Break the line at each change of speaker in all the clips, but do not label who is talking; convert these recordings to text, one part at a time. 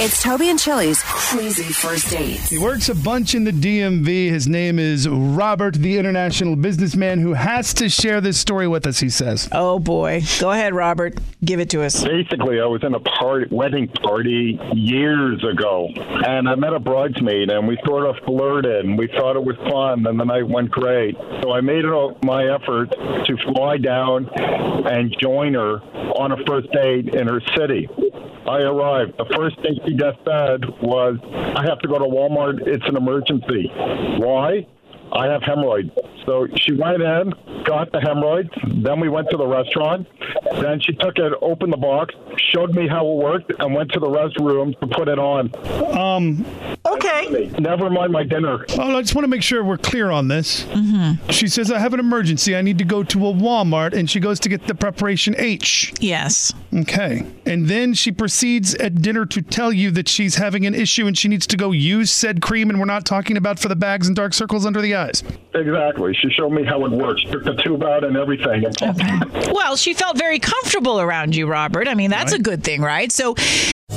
It's Toby and Chili's crazy first dates.
He works a bunch in the DMV. His name is Robert, the international businessman who has to share this story with us, he says.
Oh boy. Go ahead, Robert. Give it to us.
Basically, I was in a party, wedding party years ago, and I met a bridesmaid, and we sort of flirted, and we thought it was fun, and the night went great. So I made it a- my effort to fly down and join her on a first date in her city. I arrived. The first thing she just said was, I have to go to Walmart. It's an emergency. Why? I have hemorrhoids. So she went in, got the hemorrhoids. Then we went to the restaurant. Then she took it, opened the box, showed me how it worked, and went to the restroom to put it on.
Um,
Okay.
Never mind my dinner.
oh, I just want to make sure we're clear on this. Mm-hmm. She says, I have an emergency. I need to go to a Walmart, and she goes to get the preparation H.
Yes.
Okay. And then she proceeds at dinner to tell you that she's having an issue and she needs to go use said cream, and we're not talking about for the bags and dark circles under the eyes.
Exactly. She showed me how it works. Took the tube out and everything.
Well, she felt very comfortable around you, Robert. I mean, that's a good thing, right? So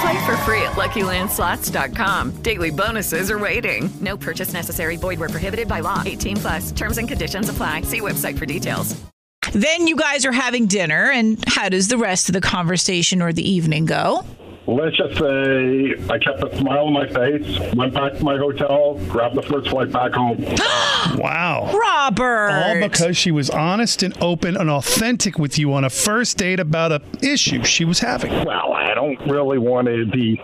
Play for free at LuckyLandSlots.com. Daily bonuses are waiting. No purchase necessary. Void were prohibited by law. 18 plus. Terms and conditions apply. See website for details.
then you guys are having dinner, and how does the rest of the conversation or the evening go?
Let's just say I kept a smile on my face, went back to my hotel, grabbed the first flight back home.
Wow.
Robert.
All because she was honest and open and authentic with you on a first date about a issue she was having.
Well, I don't really want to be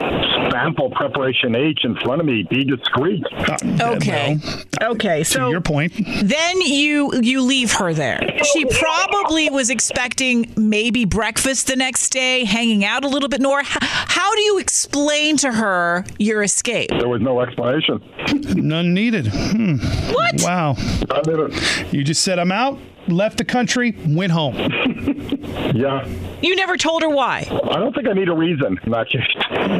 sample preparation H in front of me. Be discreet.
Okay.
Well,
Okay.
to
So
your point.
then you you leave her there. She probably was expecting maybe breakfast the next day, hanging out a little bit more. How, how do you explain to her your escape?
There was no explanation.
None needed. Hmm.
What?
Wow.
I didn't.
You just said, I'm out, left the country, went home.
Yeah.
You never told her why.
I don't think I need a reason in that case.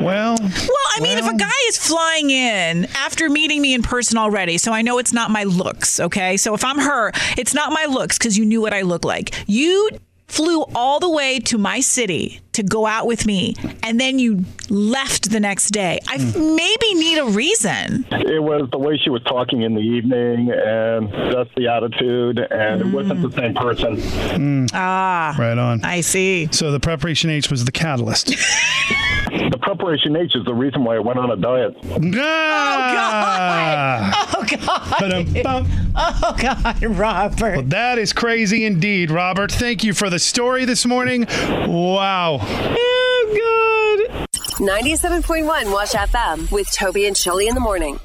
Well,
Well, I mean, if a guy is flying in after meeting me in person already, so I know it's not my looks, okay? So if I'm her, it's not my looks because you knew what I look like. You flew all the way to my city to go out with me, and then you left the next day. I f- maybe need a reason.
It was the way she was talking in the evening, and that's the attitude, and it wasn't the same person.
right on.
I see.
So the preparation H was the catalyst.
The preparation H is the reason why I went on a diet.
Ah!
Oh, God.
Ba-dum-bum.
Oh, God, Robert.
That is crazy indeed, Robert. Thank you for the story this morning. Wow.
Oh, God.
97.1 Wash FM with Toby and Chili in the morning.